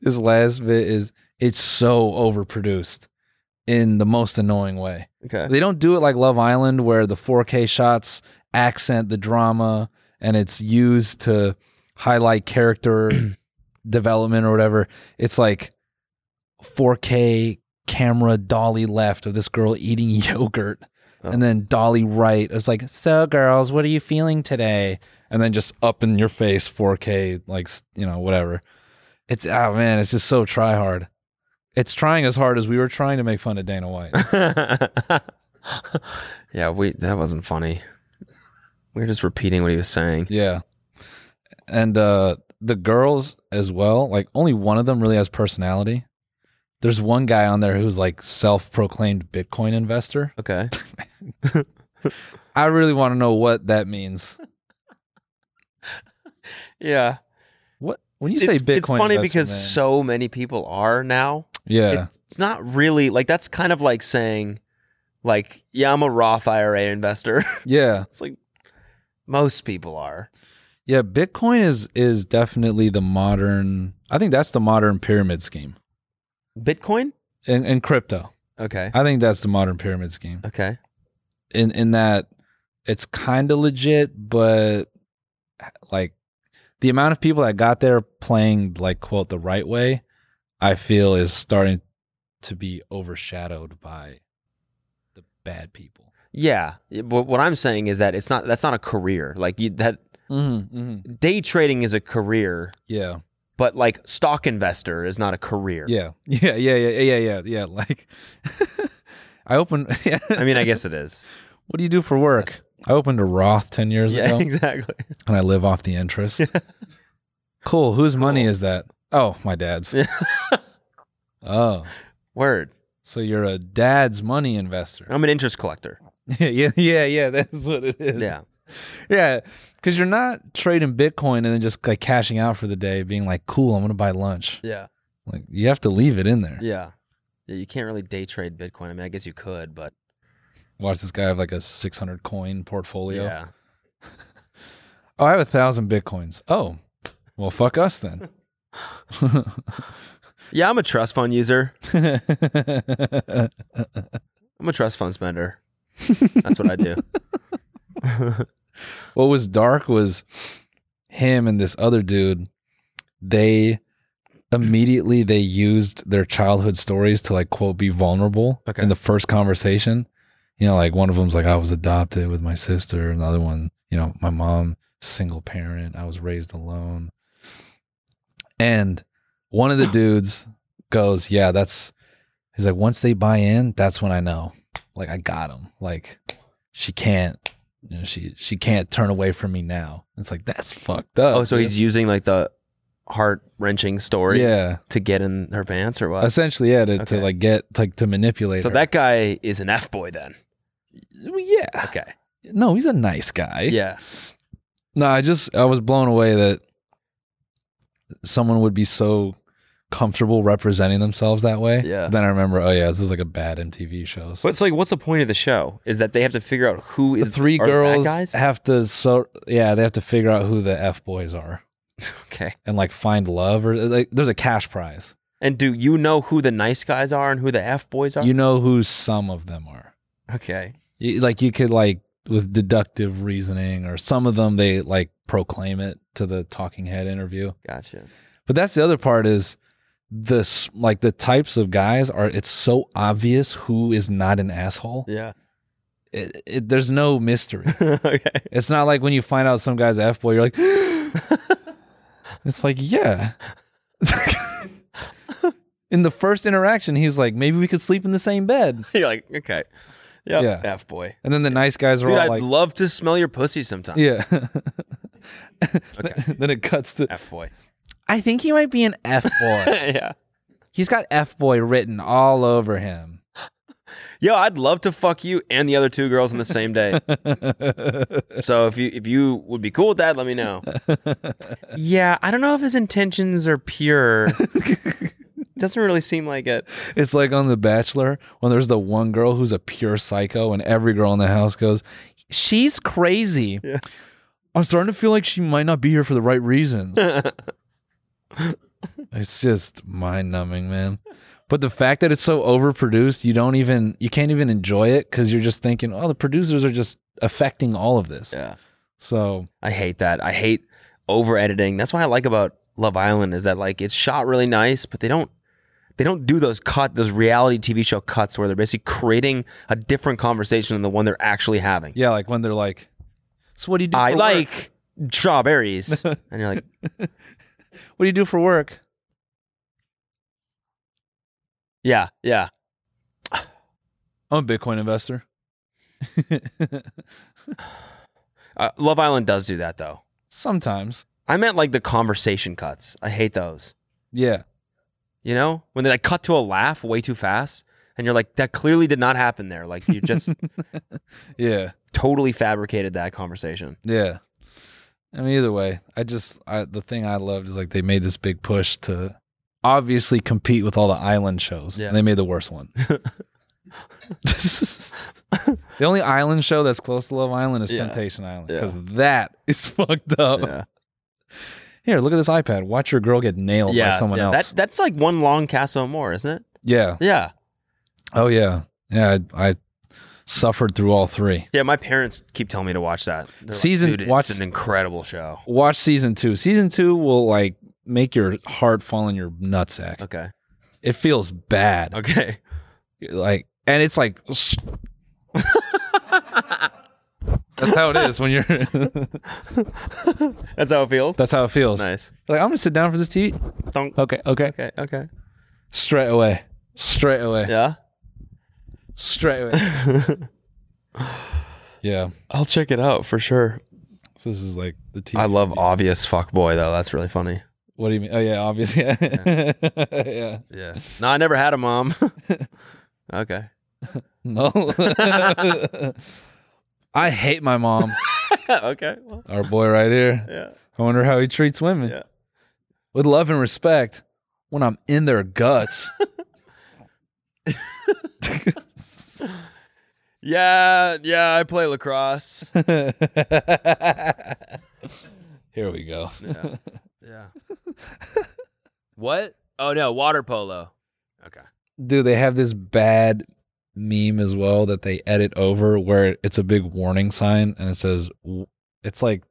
this last bit is it's so overproduced in the most annoying way.
Okay.
They don't do it like Love Island where the 4K shots accent the drama and it's used to highlight character development or whatever. It's like 4K camera dolly left of this girl eating yogurt and then dolly right. It's like, "So girls, what are you feeling today?" And then just up in your face 4K like, s- you know, whatever. It's oh man, it's just so try hard. It's trying as hard as we were trying to make fun of Dana White.
yeah, we that wasn't funny. We were just repeating what he was saying.
Yeah. And uh the girls as well, like only one of them really has personality. There's one guy on there who's like self-proclaimed Bitcoin investor.
Okay.
I really want to know what that means.
Yeah.
What when you
it's,
say
it's
Bitcoin?
funny
investor,
because
man.
so many people are now.
yeah,
It's not really like that's kind of like saying like, yeah, I'm a Roth IRA investor.
yeah,
it's like most people are.
yeah. Bitcoin is is definitely the modern. I think that's the modern pyramid scheme
Bitcoin?
and and crypto.
Okay.
I think that's the modern pyramid scheme.
Okay.
in in that it's kind of legit, but like the amount of people that got there playing like quote the right way, I feel is starting to be overshadowed by the bad people.
Yeah, but what I'm saying is that it's not that's not a career. Like you, that day trading is a career.
Yeah.
But like stock investor is not a career.
Yeah, yeah, yeah, yeah, yeah, yeah, yeah. Like, I opened. Yeah.
I mean, I guess it is.
What do you do for work? I opened a Roth ten years
Yeah,
ago,
exactly.
and I live off the interest. cool. Whose money is that? Oh, my dad's. oh,
word.
So you're a dad's money investor.
I'm an interest collector.
yeah, yeah, yeah, yeah. That's what it is.
Yeah.
yeah. Because you're not trading Bitcoin and then just like cashing out for the day, being like, "Cool, I'm gonna buy lunch."
Yeah.
Like you have to leave it in there.
Yeah. Yeah, you can't really day trade Bitcoin. I mean, I guess you could, but
Watch this guy have like a 600 coin portfolio.
yeah.
Oh, I have a thousand bitcoins. Oh, well, fuck us then.
Yeah, I'm a trust fund user.
what
I'm a trust fund spender. That's what I do.
was dark was him and this other dude. They immediately they used their childhood stories to like quote be vulnerable
Okay.
in the first conversation. You know, like one of them's like I was adopted with my sister, and the other one, you know, my mom single parent, I was raised alone. And one of the dudes goes, "Yeah, that's." He's like, "Once they buy in, that's when I know. Like, I got him. Like, she can't, you know, she she can't turn away from me now." It's like that's fucked up.
Oh, so
dude.
he's using like the heart wrenching story
Yeah.
to get in her pants or what?
essentially yeah to, to
Okay.
like get like to manipulate.
So
her.
that guy is an F boy then.
yeah,
Okay.
no, he's a nice guy.
Yeah.
No, I just I was blown away that someone would be so comfortable representing themselves that way.
Yeah.
Then I remember, oh yeah, this is like a bad MTV show. So
But it's like, what's the point of the show? Is that they have to figure out who
the
is
three
are the
girls
bad guys?
have to so yeah, they have to figure out who the F boys are
Okay.
and like find love or uh, like there's a cash prize.
And do you know who the nice guys are and who the F boys are?
You know who some of them are.
okay.
You, like you could like with deductive reasoning or some of them they like proclaim it to the talking head interview.
Gotcha.
But that's the other part is this like the types of guys are it's so obvious who is not an asshole.
Yeah.
It, it, there's no mystery.
okay.
it's not like when you find out some guy's f boy, you're like, it's like yeah. in the first interaction, he's like, maybe we could sleep in the same bed,
You're like, okay. Yep,
Yeah.
F boy.
and then the nice guys are
Dude,
all
I'd
like,
love to smell your pussy sometime.
yeah.
Okay.
then it cuts to.
F boy.
I think he might be an f boy.
yeah.
he's got f boy written all over him.
Yo, I'd love to fuck you and the other two girls on the same day. so if you if you would be cool with that, let me know. yeah, I don't know if his intentions are pure. Doesn't really seem like it.
It's like on The Bachelor when there's the one girl who's a pure psycho, and every girl in the house goes, She's crazy. I'm starting to feel like she might not be here for the right reasons. it's just mind numbing, man. But the fact that it's so overproduced, you don't even, you can't even enjoy it because you're just thinking, oh, the producers are just affecting all of this.
Yeah.
So,
I hate that. I hate over editing. That's what I like about Love Island is that like it's shot really nice, but they don't they don't do those cut those reality TV show cuts where they're basically creating a different conversation than the one they're actually having.
yeah, like when they're like, so what do you do?
I
for work?
like strawberries, and you're like,
what do you do for work?
yeah, yeah.
I'm a Bitcoin investor.
Uh, Love Island does do that though.
Sometimes.
I meant like the conversation cuts. I hate those.
Yeah.
You know, when they like cut to a laugh way too fast, and you're like, that clearly did not happen there. Like you just
Yeah.
totally fabricated that conversation.
Yeah. I mean, either way, I just I, the thing I loved is like they made this big push to obviously compete with all the island shows.
Yeah.
And they made the worst one. the only island show that's close to Love Island is
Yeah.
Temptation Island
Yeah.
because that is fucked up.
Yeah.
Here, look at this iPad. Watch your girl get nailed by someone
yeah.
else.
That that's like one long Castle More, isn't it?
yeah.
Yeah,
Oh yeah. Yeah. I, I suffered through all three.
yeah. My parents keep telling me to watch that They're like,
Season-
Dude,
watch-
it's an incredible show.
Watch season two. Season two will like make your heart fall in your nutsack.
Okay,
It feels bad.
okay.
like and it's like That's how it is when you're.
That's how it feels.
That's how it feels.
Nice.
Like I'm gonna sit down for this TV. Okay. Okay.
Okay. Okay.
Straight away. Straight away.
Yeah.
Straight away. yeah.
I'll check it out for sure.
So this is like the TV.
I love obvious fuckboy though. That's really funny.
What do you mean? Oh yeah, obviously. Yeah. yeah.
Yeah. No, I never had a mom. okay.
No. I hate my mom.
okay. Well,
Our boy right here.
yeah.
I wonder how he treats women.
Yeah.
With love and respect when I'm in their guts.
Yeah. Yeah. I play lacrosse.
Here we go.
Yeah. Yeah. what? Oh no, water polo. Okay.
Dude, they have this bad meme as well that they edit over where it's a big warning sign and it says w- it's like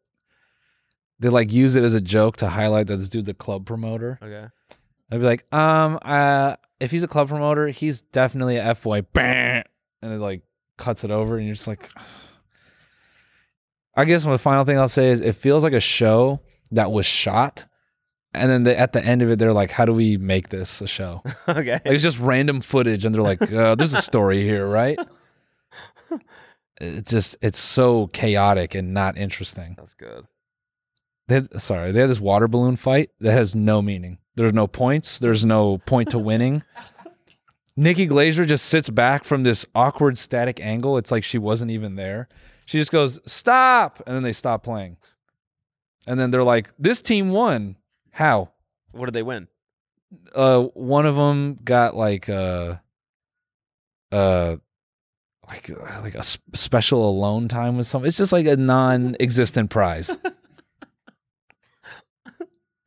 they like use it as a joke to highlight that this dude's a club promoter.
Okay.
I'd be like, um, uh, if he's a club promoter, he's definitely a FY. Bang! And it like cuts it over, and you're just like, I guess my final thing I'll say is it feels like a show that was shot, and then they, at the end of it, they're like, how do we make this a show? Like,
okay.
it's just random footage, and they're like, uh, there's a story here, right? It's just it's so chaotic and not interesting.
That's good.
They had, sorry, they had this water balloon fight that has no meaning. There's no points. There's no point to winning. Nikki Glazer just sits back from this awkward static angle. It's like she wasn't even there. She just goes, "Stop!" and then they stop playing. And then they're like, "This team won. How?"
What did they win?
Uh, one of them got like uh, uh, like uh, like a sp- special alone time with someone. It's just like a non-existent prize.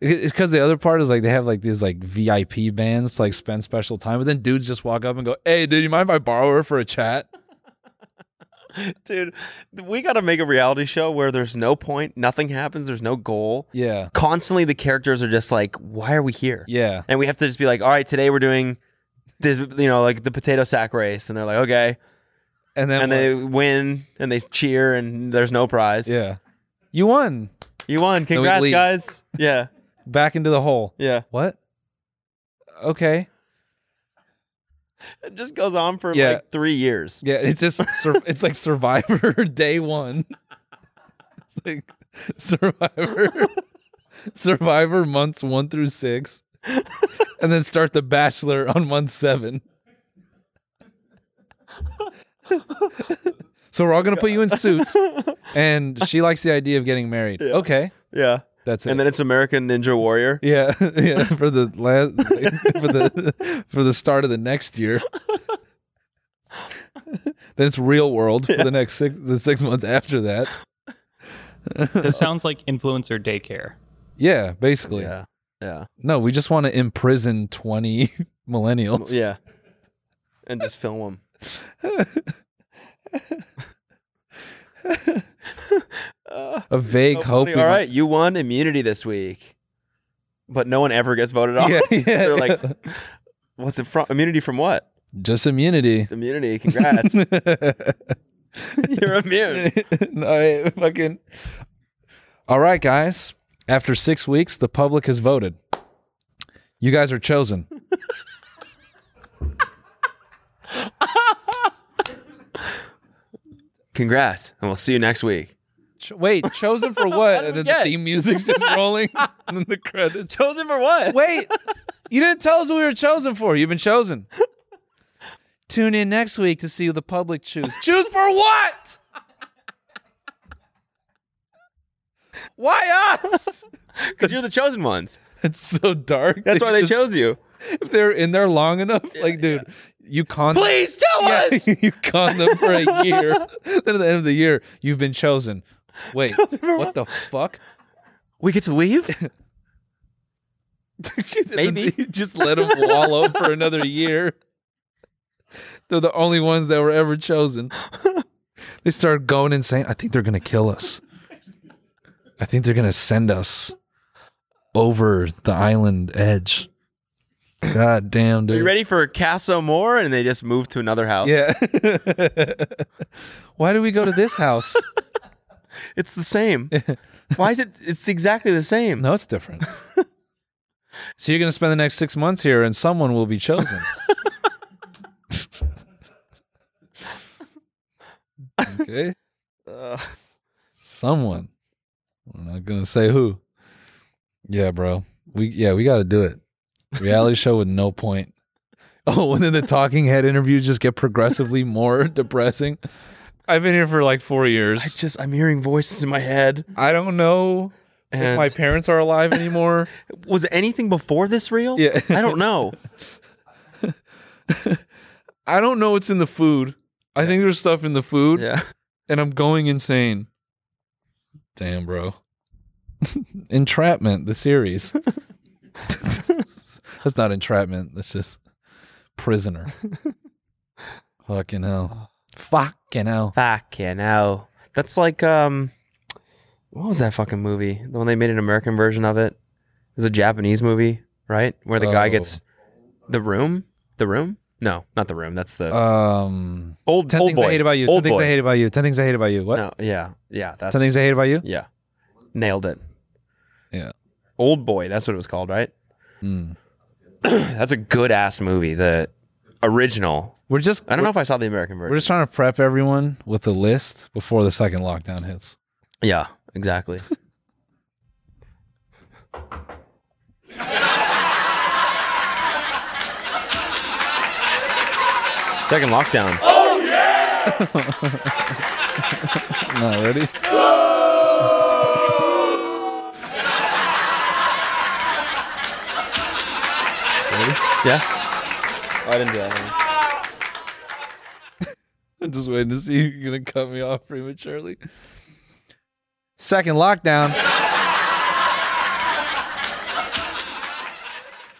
It's because the other part is like they have like these like VIP bands to like spend special time, but then dudes just walk up and go, "Hey, dude, you mind if I borrow her for a chat?"
Dude, we got to make a reality show where there's no point, nothing happens, there's no goal.
Yeah,
Constantly, the characters are just like, why are we here?
yeah,
And we have to just be like, all right, today we're doing this, you know, like the potato sack race. And they're like, okay.
and then
And they win and they cheer and there's no prize.
yeah, you won
You won.
we
Congrats,
leave.
guys. Yeah.
back into the hole.
Yeah.
What? Okay,
It just goes on for
Yeah.
like three years.
yeah, it's just sur- it's like Survivor Day One. It's like Survivor, Survivor months one through six, and then start The Bachelor on month seven. so we're all gonna put you in suits, and she likes the idea of getting married. Okay,
Yeah.
that's it.
And then it's American Ninja Warrior.
yeah, yeah, for the last for the for the start of the next year. then it's real world for the next six the six months after that.
This sounds like influencer daycare.
Yeah, basically.
Yeah. Yeah.
No, we just want to imprison twenty millennials.
Yeah. And just film them.
A vague hope.
All
we might-
right, you won immunity this week, but no one ever gets voted off.
Yeah, yeah,
They're like,
yeah.
"What's it from? Immunity from what?
Just immunity.
Immunity. Congrats,
no,
you're immune."
I fucking. All right, guys. After six weeks, the public has voted. You guys are chosen.
Congrats, and we'll see you next week.
Ch- wait, chosen for what? And then the
get it.
theme music's just rolling, and then the credits.
Chosen for what?
Wait, you didn't tell us what we were chosen for. You've been chosen. Tune in next week to see who the public choose. choose for what? Why us?
Because you're the chosen ones.
It's so dark.
That's why they
just-
chose you.
If they're in there long enough, like, dude, you con.
Please tell
Yeah,
us.
you con them for a year. then at the end of the year, you've been chosen. Wait,
for
what the fuck?
We get to leave. Maybe.
Maybe just let them wallow for another year. They're the only ones that were ever chosen. They start going insane. I think they're gonna kill us. I think they're gonna send us over the island edge. God damn,
Are
dude.
you ready for Casso Moore? And they just moved to another house.
Yeah. Why do we go to this house?
It's the same. Why is it? It's exactly the same.
No, it's different. so you're going to spend the next six months here, and someone will be chosen. okay. Someone. I'm not going to say who. Yeah, bro. We yeah, we got to do it. Reality show with no point. Oh, and then the talking head interviews just get progressively more depressing. I've been here for like four years. I
just I'm hearing voices in my head.
I don't know if
And-
my parents are alive anymore.
Was anything before this real?
Yeah.
I don't know.
I don't know what's in the food. I think there's stuff in the food,
Yeah.
and I'm going insane. Damn, bro. entrapment, the series. that's not entrapment. That's just prisoner. Fucking hell. Fucking hell.
Fucking hell. That's like um what was that fucking movie? The one they made an American version of it. It was a Japanese movie, right? Where the guy
Oh.
gets the room? The room? No, not the room. That's the
Um,
old,
ten
old
things
boy.
I hate about you.
Old
ten things
boy.
I hate about you. Ten things I hate about you. What?
No, yeah. Yeah. That's
ten things I hate about you.
yeah. Nailed it.
Yeah.
Old boy, that's what it was called, right?
Mm.
That's a good ass movie. The original.
We're just.
I don't know if I saw the American version.
We're just trying to prep everyone with a list before the second lockdown hits.
yeah, exactly. Second lockdown.
Not ready.
Yeah. Oh, I didn't do that.
I'm just waiting to see if you're gonna cut me off prematurely. Second lockdown.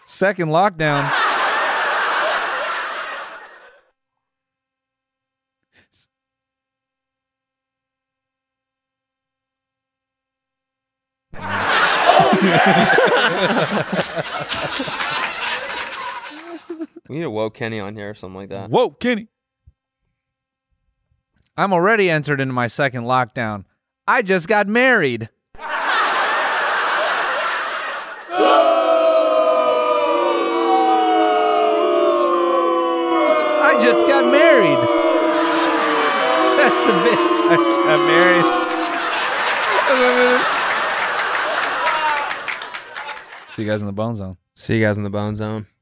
Second lockdown.
We need a Woe Kenny on here or something like that.
Whoa, Kenny. I'm already entered into my second lockdown. I just got married. I just got married. That's the bit. I just got married. See you guys in the bone zone.
See you guys in the Bone Zone.